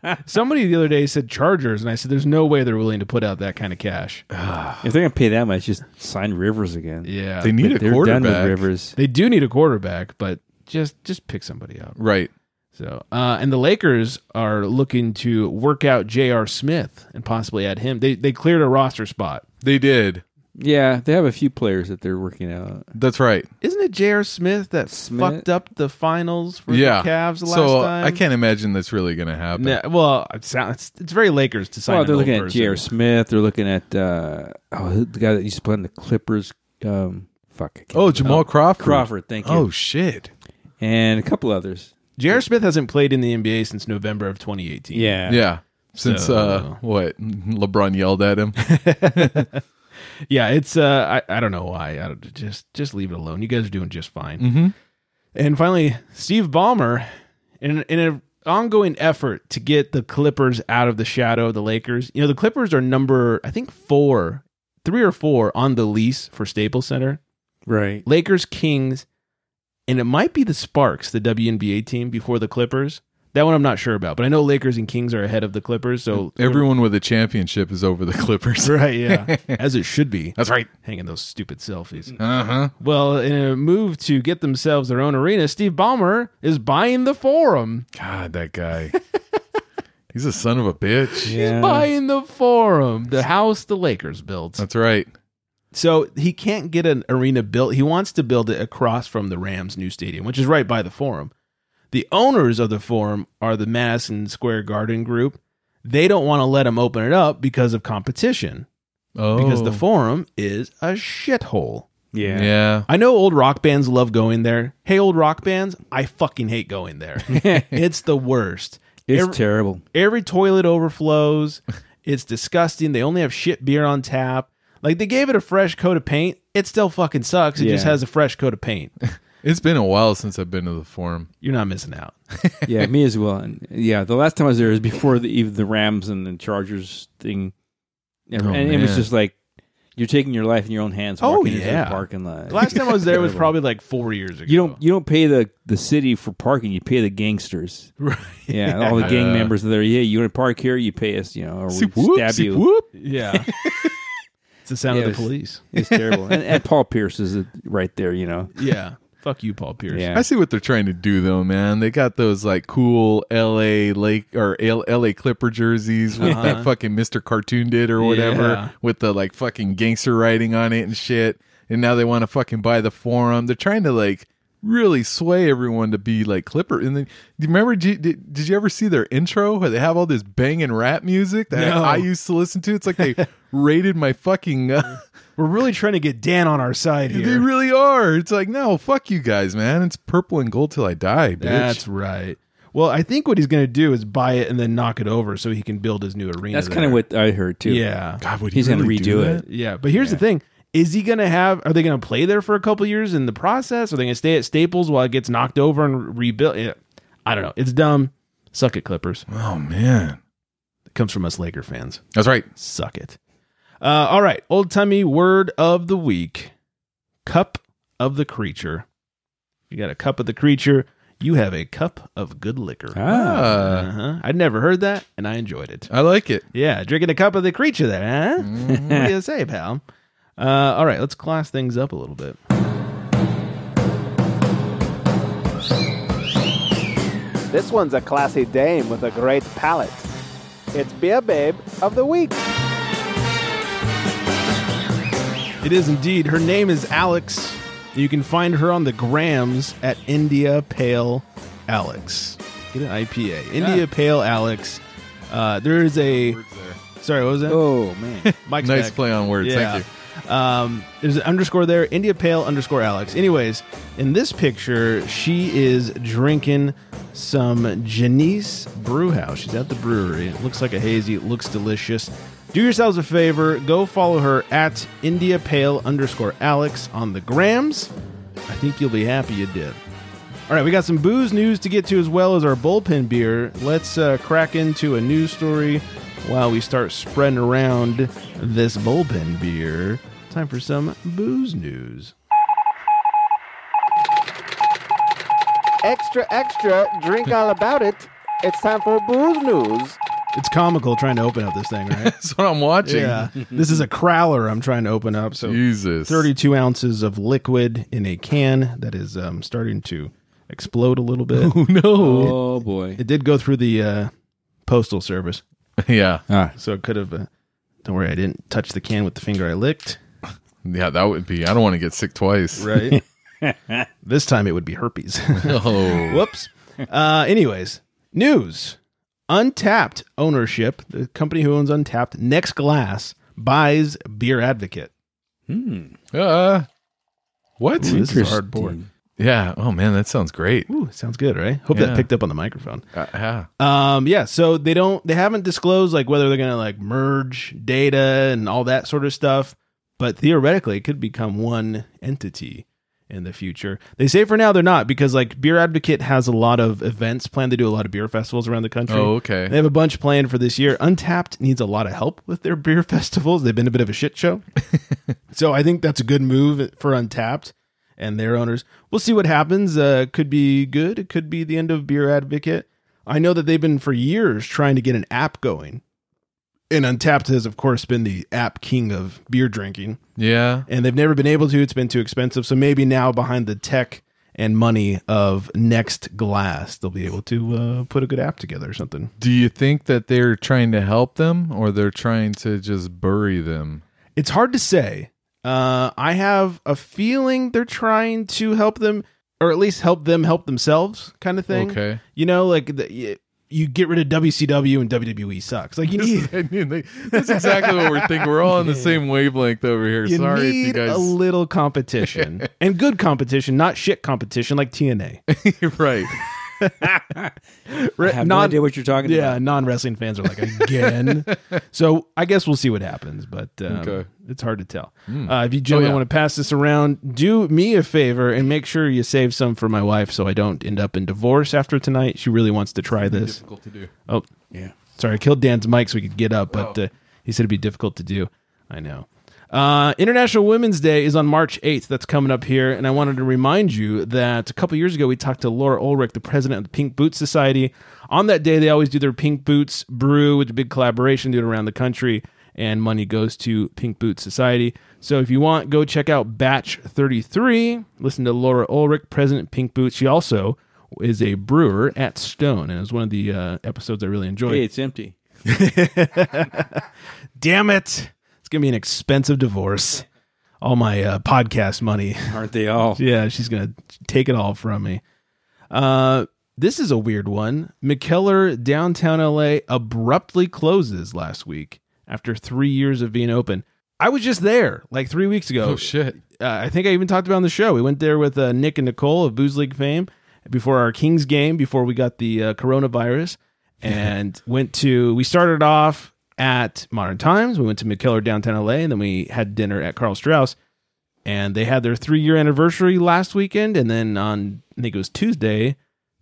S6: right.
S5: somebody the other day said Chargers, and I said, "There's no way they're willing to put out that kind of cash."
S2: If they're gonna pay that much, just sign Rivers again.
S5: Yeah,
S6: They need a
S2: they're done with
S6: quarterback.
S2: Rivers.
S5: They do need a quarterback, but just just pick somebody up.
S6: Right.
S5: So, uh, and the Lakers are looking to work out J.R. Smith and possibly add him. They they cleared a roster spot.
S6: They did.
S2: Yeah, they have a few players that they're working out.
S6: That's right.
S5: Isn't it J.R. Smith that
S2: Smith?
S5: fucked up the finals for
S6: yeah.
S5: the Cavs the last
S6: so
S5: time?
S6: I can't imagine that's really gonna happen.
S5: No, well, it sounds it's very Lakers to sign.
S2: Well,
S5: an
S2: they're
S5: old
S2: looking at
S5: person.
S2: J.R. Smith. They're looking at uh, oh, the guy that used to play in the Clippers. Um, fuck. I can't
S6: Oh, Jamal Crawford.
S2: Crawford, thank you.
S6: Oh shit.
S2: and a couple others.
S5: J.R. Smith hasn't played in the NBA since November of 2018.
S6: Yeah. Since
S5: So-
S6: uh what LeBron yelled at him.
S5: yeah, it's uh, I, I don't know why. I don't, just just leave it alone. You guys are doing just fine.
S6: Mm-hmm.
S5: And finally, Steve Ballmer, in in an ongoing effort to get the Clippers out of the shadow of the Lakers. You know, the Clippers are number I think four, three or four on the lease for Staples Center.
S2: right.
S5: Lakers, Kings, and it might be the Sparks, the WNBA team before the Clippers. That one I'm not sure about, but I know Lakers and Kings are ahead of the Clippers. So
S6: Everyone with a championship is over the Clippers.
S5: right, yeah, as it should be.
S6: That's right.
S5: Hanging those stupid selfies.
S6: Uh huh.
S5: Well, in a move to get themselves their own arena, Steve Ballmer is buying the Forum.
S6: God, that guy. He's a son of a bitch.
S2: Yeah.
S5: Buying the Forum, the house the Lakers built.
S6: That's right.
S5: Uh, So he can't get an arena built. He wants to build it across from the Rams' new stadium, which is right by the Forum. The owners of the Forum are the Madison Square Garden Group. They don't want to let him open it up because of competition,
S6: Oh,
S5: because the Forum is a shithole.
S2: Yeah.
S6: Yeah.
S5: I know old rock bands love going there. Hey, old rock bands, I fucking hate going there. it's the worst.
S2: It's
S5: Every-
S2: terrible.
S5: Every toilet overflows. It's disgusting. They only have shit beer on tap. Like they gave it a fresh coat of paint. It still fucking sucks. It just
S2: Yeah.
S5: has a fresh coat of paint.
S6: It's been a while since I've been to the forum.
S5: You're not missing out.
S2: Yeah, me as well. And yeah, the last time I was there was before the even the Rams and the Chargers thing, and,
S6: Oh,
S2: and it was
S6: man.
S2: just like you're taking your life in your own hands.
S5: Oh,
S2: Walking into
S5: yeah.
S2: the parking lot.
S5: The last time I was there was
S2: Terrible.
S5: probably like four years ago.
S2: you don't you don't pay the the city for parking. You pay the gangsters.
S5: Right.
S2: Yeah, all the gang
S6: Yeah.
S2: members are there. Yeah, you want to park here? You pay us. You know, or we
S6: Seep whoop,
S2: stab
S6: seep
S2: you.
S6: whoop.
S5: Yeah. it's the sound of
S2: Yes.
S5: the police.
S2: It's terrible. and, and Paul Pierce is right there. You know.
S5: Yeah. Fuck you, Paul Pierce.
S2: Yeah.
S6: I see what they're trying to do though, man. They got those like cool LA Lake or L- LA Clipper jerseys with that fucking Mr. Cartoon did or whatever
S5: Uh-huh. Yeah.
S6: with the like fucking gangster writing on it and shit. And now they want to fucking buy the forum. They're trying to like really sway everyone to be like Clipper. And then, do you remember? Did, did, did you ever see their intro where they have all this banging rap music that
S5: No.
S6: I used to listen to? It's like they raided my fucking. Uh,
S5: We're really trying to get Dan on our side
S6: they
S5: here.
S6: really are. It's like no, fuck you guys, man. It's purple and gold till I die, bitch.
S5: That's right. Well, I think what he's going to do is buy it and then knock it over so he can build his new arena.
S2: That's kind
S5: there.
S2: of what I heard too.
S5: Yeah.
S6: God, would
S2: He's
S6: he
S2: gonna
S6: really
S2: redo
S6: do
S2: it.
S6: that?
S5: Yeah, but here's the thing: is he gonna have? Are they gonna play there for a couple years in the process? Are they gonna stay at Staples while it gets knocked over and rebuilt? Yeah. I don't know. It's dumb. Suck it, Clippers.
S6: Oh man,
S5: It comes from us Laker fans.
S6: that's right.
S5: Suck it. Uh, all right, old timey word of the week: cup of the creature. You got a cup of the creature. You have a cup of good liquor.
S2: Ah,
S6: Uh,
S5: Uh-huh. I'd never heard that, and I enjoyed it.
S6: I like it.
S5: Yeah, drinking a cup of the creature there, huh? what do you say, pal? Uh, all right, let's class things up a little bit.
S7: This one's a classy dame with a great palate. It's Beer Babe of the Week.
S5: It is indeed. Her name is Alex. You can find her on the grams at India Pale Alex. Get an IPA. India Pale Alex. Uh, there is a. Sorry, what was that?
S2: oh man.
S5: Mike's
S6: Nice
S5: back.
S6: play on words. Thank
S5: Um, there's an underscore there. India Pale underscore Alex. Anyways, in this picture, she is drinking some Janice Brewhouse. She's at the brewery. It looks like a hazy. It looks delicious. Do yourselves a favor. Go follow her at India Pale underscore Alex on the grams. I think you'll be happy you did. All right, we got some booze news to get to as well as our bullpen beer. Let's uh, crack into a news story while we start spreading around this bullpen beer. Time for some booze news.
S7: Extra, extra, drink all about it. It's time for booze news.
S5: It's comical trying to open up this thing, right?
S6: That's what I'm watching.
S5: yeah. This is a crowler I'm trying to open up. So
S6: Jesus.
S5: 32 ounces of liquid in a can that is um, starting to explode a little bit.
S6: no.
S2: Oh boy.
S5: It did go through the uh, postal service,
S6: Yeah.
S5: so it could have. Uh, don't worry, I didn't touch the can with the finger I licked.
S6: Yeah, that would be. I don't want to get sick twice.
S5: Right. this time it would be herpes.
S6: Oh.
S5: Whoops. Uh, anyways, news. Untapped ownership, the company who owns Untapped, Next Glass, buys Beer Advocate.
S6: Uh, what?
S5: Ooh, this is hardboard.
S6: Yeah. Oh man, that sounds great.
S5: Ooh, sounds good, right? Hope that
S6: Yeah.
S5: picked up on the microphone.
S6: Uh, yeah.
S5: Um, yeah, so they don't they haven't disclosed like whether they're gonna like merge data and all that sort of stuff, but theoretically it could become one entity in the future. They say for now they're not because like Beer Advocate has a lot of events planned. They do a lot of beer festivals around the country.
S6: Oh, okay.
S5: They have a bunch planned for this year. Untapped needs a lot of help with their beer festivals. They've been a bit of a shit show. so I think that's a good move for Untapped and their owners. We'll see what happens. Uh, could be good. It could be the end of Beer Advocate. I know that they've been for years trying to get an app going. And Untapped has, of course, been the app king of beer drinking
S6: Yeah.
S5: and they've never been able to. It's been too expensive. So maybe now, behind the tech and money of Next Glass, they'll be able to uh, put a good app together or something.
S6: Do you think that they're trying to help them or they're trying to just bury them?
S5: It's hard to say. Uh, I have a feeling they're trying to help them, or at least help them help themselves, kind of thing.
S6: Okay.
S5: You know, like the, you, you get rid of WCW and WWE sucks. Like you need.
S6: I mean, they, that's exactly what we're thinking. We're all on the same wavelength over here.
S5: You
S6: Sorry if
S5: need
S6: you guys.
S5: a little competition and good competition, not shit competition like TNA.
S6: You're right.
S5: Re-
S2: I have no
S5: non-
S2: idea what you're talking
S5: yeah,
S2: about.
S5: non wrestling fans are like again. so I guess we'll see what happens, but um,
S6: Okay. Hmm. Oh,
S5: it's hard to tell. Uh, if you gentlemen
S6: yeah.
S5: want to pass this around, do me a favor and make sure you save some for my wife, so I don't end up in divorce after tonight. She really wants to try this.
S6: Difficult to do.
S5: Oh, yeah. Sorry, I killed Dan's mic so he could get up, but uh, he said it'd be difficult to do. I know. Uh, International Women's Day is on March 8th. That's coming up here. And I wanted to remind you that a couple years ago, we talked to Laura Ulrich, the president of the Pink Boots Society. On that day, they always do their Pink Boots brew, which is a big collaboration, do it around the country. And money goes to Pink Boots Society. So if you want, go check out Batch 33. Listen to Laura Ulrich, president of Pink Boots. She also is a brewer at Stone, and it was one of the uh, episodes I really enjoyed.
S2: Hey, it's empty.
S5: Damn it! It's gonna be an expensive divorce. All my uh, podcast money.
S2: Aren't they all?
S5: yeah, she's gonna take it all from me. Uh, this is a weird one. McKellar downtown LA abruptly closes last week after three years of being open. I was just there like three weeks ago.
S6: Oh, shit.
S5: uh, I think I even talked about it on the show. We went there with uh, Nick and Nicole of Booze League fame before our Kings game, before we got the uh, coronavirus, and went to. We started off at Modern Times. We went to McKellar downtown LA, and then we had dinner at Carl Strauss. And they had their three year anniversary last weekend, and then on I think it was Tuesday,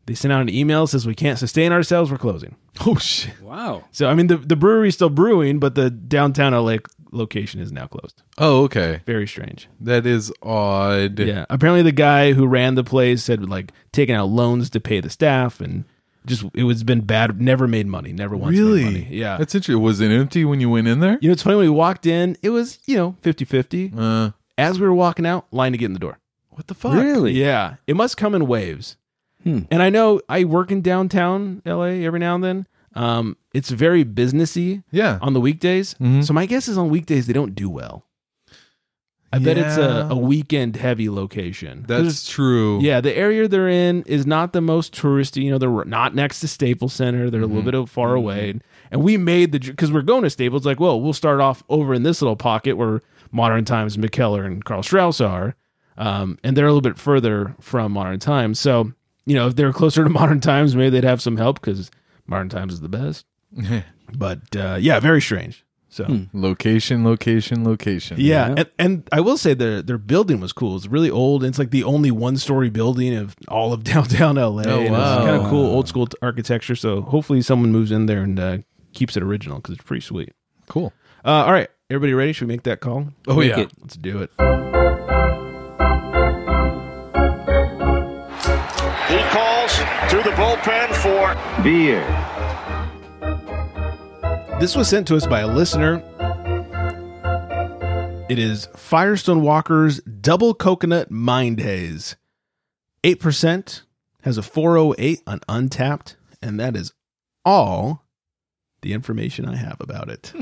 S5: they sent out an email says we can't sustain ourselves. We're closing.
S6: Oh, shit.
S2: Wow.
S5: So I mean the the brewery's still brewing, but the downtown LA location is now closed.
S6: Oh, okay.
S5: Very strange.
S6: That is odd.
S5: Yeah. Apparently, the guy who ran the place said like taking out loans to pay the staff and just it was been bad. Never made money. Never once. made
S6: Really?
S5: money. Yeah.
S6: That's interesting. Was it empty when you went in there?
S5: you know, it's funny when we walked in, it was you know 50-50.
S6: Uh,
S5: As we were walking out, line to get in the door.
S6: what the fuck?
S2: Really?
S5: Yeah, it must come in waves.
S6: Hmm.
S5: And I know I work in downtown LA every now and then. Um, it's very businessy
S6: Yeah.
S5: on the weekdays.
S6: Mhm.
S5: So my guess is on weekdays they don't do well. I bet it's a,
S6: Yeah.
S5: a weekend heavy location.
S6: That's true.
S5: Yeah, the area they're in is not the most touristy. You know, they're not next to Staples Center. They're a little bit of far away. And we made the because we're going to Staples. Like, well, we'll start off over in this little pocket where Modern Times, McKellar, and Carl Strauss are, um, and they're a little bit further from Modern Times. So you know, if they were closer to modern times, maybe they'd have some help because modern times is the best. but uh, yeah, very strange. So
S6: Location, location, location.
S5: yeah, And, and I will say their their building was cool. It's really old. And it's like the only one story building of all of downtown LA.
S6: Oh, wow.
S5: kind of cool old school t- architecture. So hopefully someone moves in there and uh, keeps it original because it's pretty sweet.
S6: Cool.
S5: Uh, all right, everybody ready? Should we make that call?
S6: Oh,
S2: Make
S6: yeah.
S2: it.
S5: Let's do it.
S9: He calls to the bullpen for
S3: Beer.
S5: This was sent to us by a listener. It is Firestone Walker's Double Coconut Mind Haze. 8% has a 408 on untapped, and that is all the information I have about it.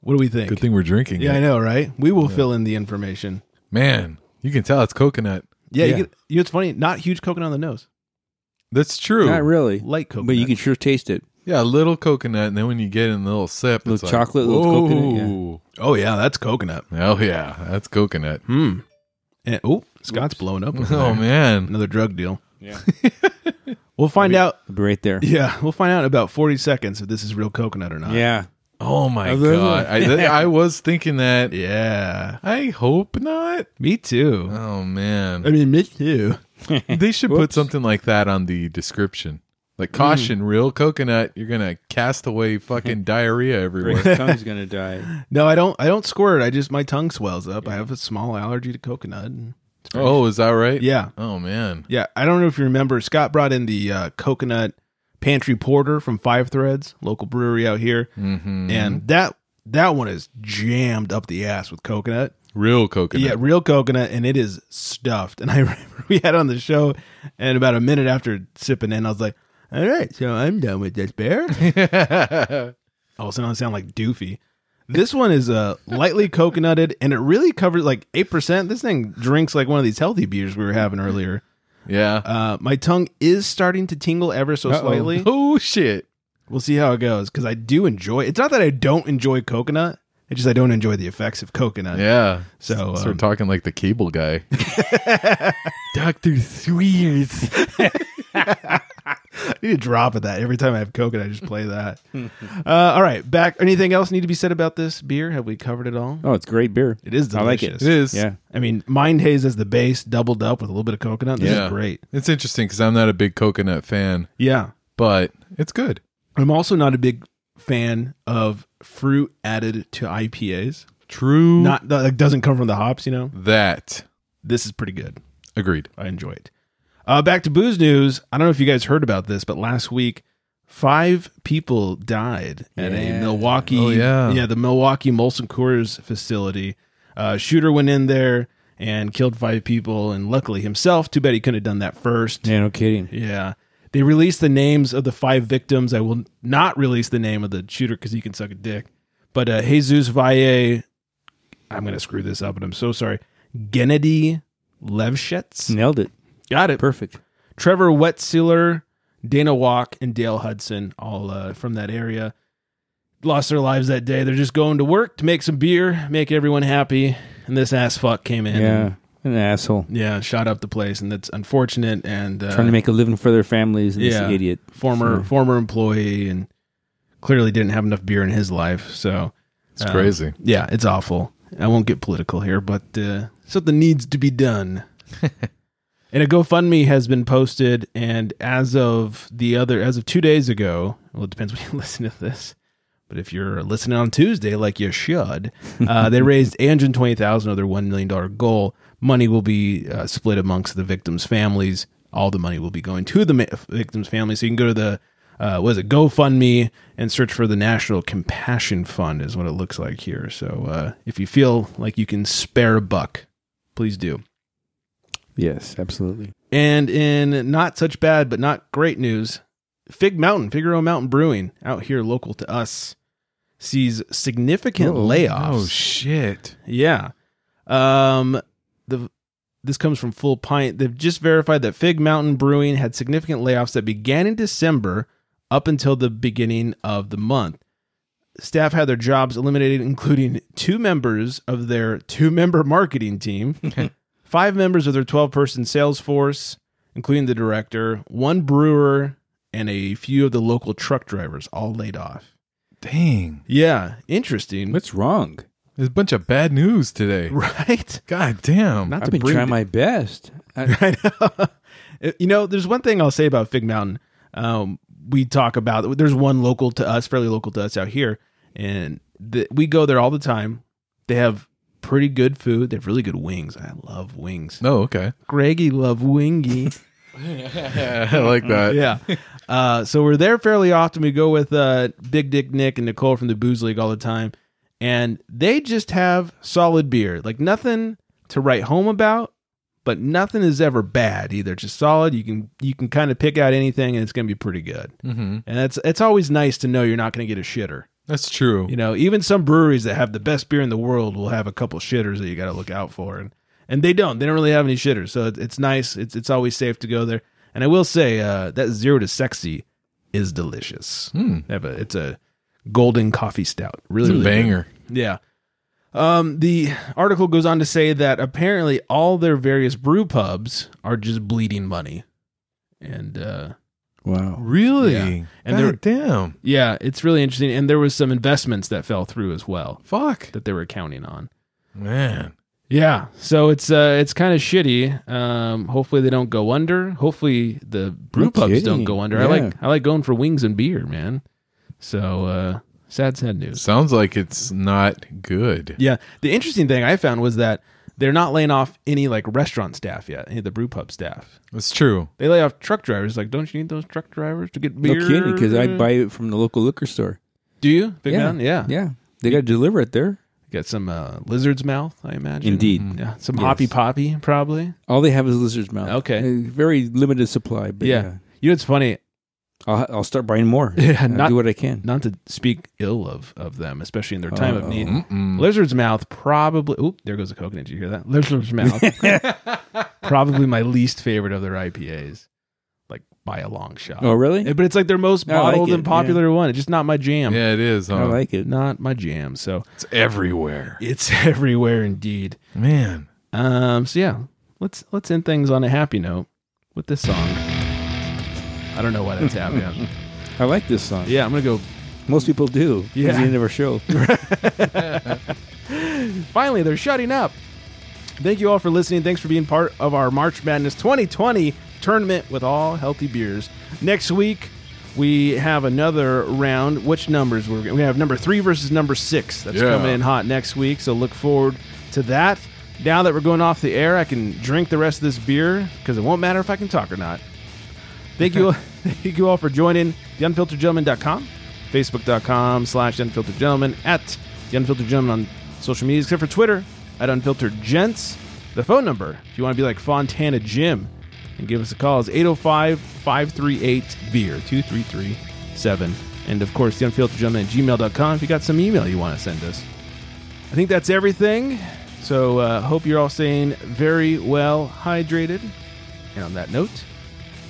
S5: what do we think?
S6: Good thing we're drinking.
S5: yeah,
S6: it.
S5: I know, right? We will fill in the information.
S6: Man, you can tell it's coconut.
S5: Yeah,
S2: Yeah.
S5: You, get, you know, it's funny. Not huge coconut on the nose,
S6: That's true.
S2: Not really.
S5: light coconut.
S2: But you can sure taste it.
S6: Yeah, a little coconut, and then when you get in a little sip,
S2: Little
S6: it's like,
S2: chocolate, little coconut, yeah.
S6: whoa.
S5: oh, yeah, that's coconut.
S6: Oh yeah, that's coconut.
S5: Hmm. And, oh, Scott's blowing up. over
S6: Oh
S5: there.
S6: man,
S5: Another drug deal. Yeah. we'll find out
S2: It'll be right there.
S5: Yeah, we'll find out in about 40 seconds if this is real coconut or not.
S2: Yeah.
S6: oh my
S2: Other-
S6: god, I, th- I was thinking that.
S5: Yeah.
S6: I hope not.
S5: Me too.
S6: Oh man,
S5: I mean, me too.
S6: they should put
S2: Whoops.
S6: something like that on the description. Like
S5: Hmm.
S6: caution, real coconut. You're gonna cast away fucking diarrhea
S2: Your
S6: everywhere.
S2: tongue's gonna die.
S5: No, I don't I don't squirt. I just my tongue swells up. I have a small allergy to coconut.
S6: oh, is that right?
S5: Yeah.
S6: Oh man.
S5: Yeah, I don't know if you remember Scott brought in the uh, coconut pantry porter from Five Threads, local brewery out here,
S6: hmm
S5: and that that one is jammed up the ass with coconut.
S6: real coconut.
S5: Yeah, real coconut, and it is stuffed. And I remember we had on the show, and about a minute after sipping in, I was like, "All right, so I'm done with this bear." All of a sudden, I sound like Doofy. This one is uh, lightly coconutted, and it really covers like eight percent. This thing drinks like one of these healthy beers we were having earlier.
S6: yeah.
S5: Uh, my tongue is starting to tingle ever so slightly.
S6: Oh shit.
S5: We'll see how it goes because I do enjoy. It's not that I don't enjoy coconut. It's just I don't enjoy the effects of coconut.
S6: Yeah.
S5: So,
S6: S- start
S5: um,
S6: talking like the cable guy. Doctor Swears.
S5: I need a drop of that every time I have Coke, and I just play that. uh, all right, back. Anything else need to be said about this beer? Have we covered it all?
S2: Oh, it's great beer.
S5: It is
S2: I like
S5: delicious.
S2: it.
S6: It is.
S2: Yeah.
S5: I mean, Mind Haze as the base, doubled up with a little bit of coconut. This
S6: Yeah.
S5: is great.
S6: It's interesting because I'm not a big coconut fan,
S5: Yeah,
S6: but it's good.
S5: I'm also not a big fan of fruit added to IPAs.
S6: True.
S5: Not that like, doesn't come from the hops. You know,
S6: that.
S5: this is pretty good.
S6: Agreed.
S5: I enjoy it. Uh, back to booze news. I don't know if you guys heard about this, but last week, five people died at a
S2: Yeah.
S5: Milwaukee,
S6: Oh, yeah.
S5: the Milwaukee Molson Coors facility. Uh, shooter went in there and killed five people, and luckily himself. Too bad he couldn't have done that first.
S2: Yeah, no kidding.
S5: Yeah. They released the names of the five victims. I will not release the name of the shooter because he can suck a dick. But uh, Jesus Valle, I'm going to screw this up, and I'm so sorry. Gennady Levshets.
S2: Nailed it.
S5: Got it.
S2: Perfect.
S5: Trevor Wetzeler, Dana Walk, and Dale Hudson, all uh, from that area, lost their lives that day. They're just going to work to make some beer, make everyone happy. And this ass fuck came in.
S2: yeah.
S5: And,
S2: An asshole.
S5: yeah, shot up the place, and that's unfortunate. And uh,
S2: Trying to make a living for their families. And
S5: yeah,
S2: This idiot.
S5: former
S2: So-
S5: former employee, and clearly didn't have enough beer in his life. So
S6: It's
S5: Uh,
S6: crazy.
S5: yeah, it's awful. I won't get political here, but uh, something needs to be done. and a GoFundMe has been posted, and as of the other, as of two days ago, well, it depends when you listen to this. But if you're listening on Tuesday, like you should, uh, they raised 820,000 of their $1 million goal. Money will be uh, split amongst the victims' families. All the money will be going to the ma- victims' families. So you can go to the, uh, what is it, GoFundMe and search for the National Compassion Fund, is what it looks like here. So uh, if you feel like you can spare a buck, please do.
S2: Yes, absolutely.
S5: And in not such bad but not great news, Fig Mountain, Figaro Mountain Brewing, out here local to us, sees significant layoffs.
S6: Oh shit.
S5: yeah. Um the this comes from Full Pint. They've just verified that Fig Mountain Brewing had significant layoffs that began in December up until the beginning of the month. Staff had their jobs eliminated, including two members of their two member marketing team, five members of their 12 person sales force, including the director, one brewer, and a few of the local truck drivers all laid off.
S6: Dang.
S5: Yeah, interesting.
S2: What's wrong?
S6: There's a bunch of bad news today.
S5: right?
S6: God damn.
S5: Not
S2: I've been trying my best. I,
S5: I know. You know, there's one thing I'll say about Fig Mountain. Um, we talk about there's one local to us, fairly local to us out here, and the, we go there all the time. They have pretty good food. They have really good wings. I love wings.
S6: no, Oh, okay.
S5: Greggy love wingy.
S6: Yeah, I like that.
S5: yeah. Uh, so we're there fairly often. We go with uh, Big Dick Nick and Nicole from the Booze League all the time, and they just have solid beer, like nothing to write home about, but nothing is ever bad either. Just solid. You can you can kind of pick out anything, and it's going to be pretty good.
S6: hmm
S5: And that's it's always nice to know you're not going to get a shitter.
S6: That's true.
S5: You know, even some breweries that have the best beer in the world will have a couple shitters that you got to look out for, and and they don't. They don't really have any shitters, so it, it's nice. It's it's always safe to go there. And I will say uh, that zero to sexy is delicious. They have a, it's a golden coffee stout. Really,
S6: It's a
S5: really good.
S6: banger.
S5: Yeah. Um, the article goes on to say that apparently all their various brew pubs are just bleeding money, and uh,
S2: wow.
S6: Really?
S5: Yeah. And
S6: And
S5: they're-
S6: God damn.
S5: yeah, it's really interesting. And there was some investments that fell through as well
S6: Fuck.
S5: that they were counting on.
S6: Man.
S5: Yeah, so it's uh it's kind of shitty. Um, hopefully they don't go under. Hopefully the brew
S2: No
S5: pubs don't
S2: kidding.
S5: go under. I
S2: Yeah.
S5: like I like going for wings and beer, man. So uh, sad, sad news.
S6: Sounds like it's not good.
S5: Yeah, the interesting thing I found was that they're not laying off any like restaurant staff yet, any of the brew pub staff.
S6: It's true.
S5: They lay off truck drivers. Like, don't you need those truck drivers to get
S2: No
S5: beer?
S2: kidding, because I buy it from the local liquor store.
S5: do you big man. Yeah,
S2: Yeah. They got to deliver it there.
S5: Got some uh, lizard's mouth, I imagine.
S2: Indeed.
S5: Yeah, some hoppy poppy probably.
S2: All they have is lizard's mouth.
S5: Okay.
S2: A very limited supply, but yeah.
S5: yeah. You know, it's funny.
S2: I'll, I'll start buying more.
S5: Yeah,
S2: I'll
S5: not-
S2: do what I can.
S5: not to speak ill of of them, especially in their time of
S2: Oh.
S5: need. Lizard's mouth probably. Oop, there goes a coconut. Did you hear that? Lizard's mouth probably my least favorite of their IPAs, like by a long shot.
S2: oh, really?
S5: Eh, But it's like their most
S2: I like
S5: bottled and
S2: it,
S5: popular one. It's just not my jam.
S6: Yeah, it is.
S2: I
S6: huh?
S2: like it.
S5: Not my jam. So
S6: it's everywhere.
S5: it's everywhere indeed.
S6: Man.
S5: Um. So yeah, let's let's end things on a happy note with this song. I don't know why that's happening.
S2: I like this song.
S5: yeah, I'm gonna go
S2: Most people do. 'cause
S5: Yeah.
S2: the end of our show.
S5: Finally, they're shutting up. Thank you all for listening. Thanks for being part of our March Madness 2020 tournament with all healthy beers. Next week, we have another round. Which numbers? We're, we have number three versus number six. That's
S6: Yeah.
S5: coming in hot next week. So look forward to that. Now that we're going off the air, I can drink the rest of this beer because it won't matter if I can talk or not. Thank you, thank you all for joining theunfilteredgentleman.com, facebook.com slash unfilteredgentleman, at theunfilteredgentleman on social media, except for Twitter, at unfilteredgents. The phone number, if you want to be like Fontana Jim and give us a call, is 805-538-BEER, 2337. And, of course, theunfilteredgentleman at gmail.com if you got some email you want to send us. I think that's everything. So uh, hope you're all staying very well hydrated. And on that note...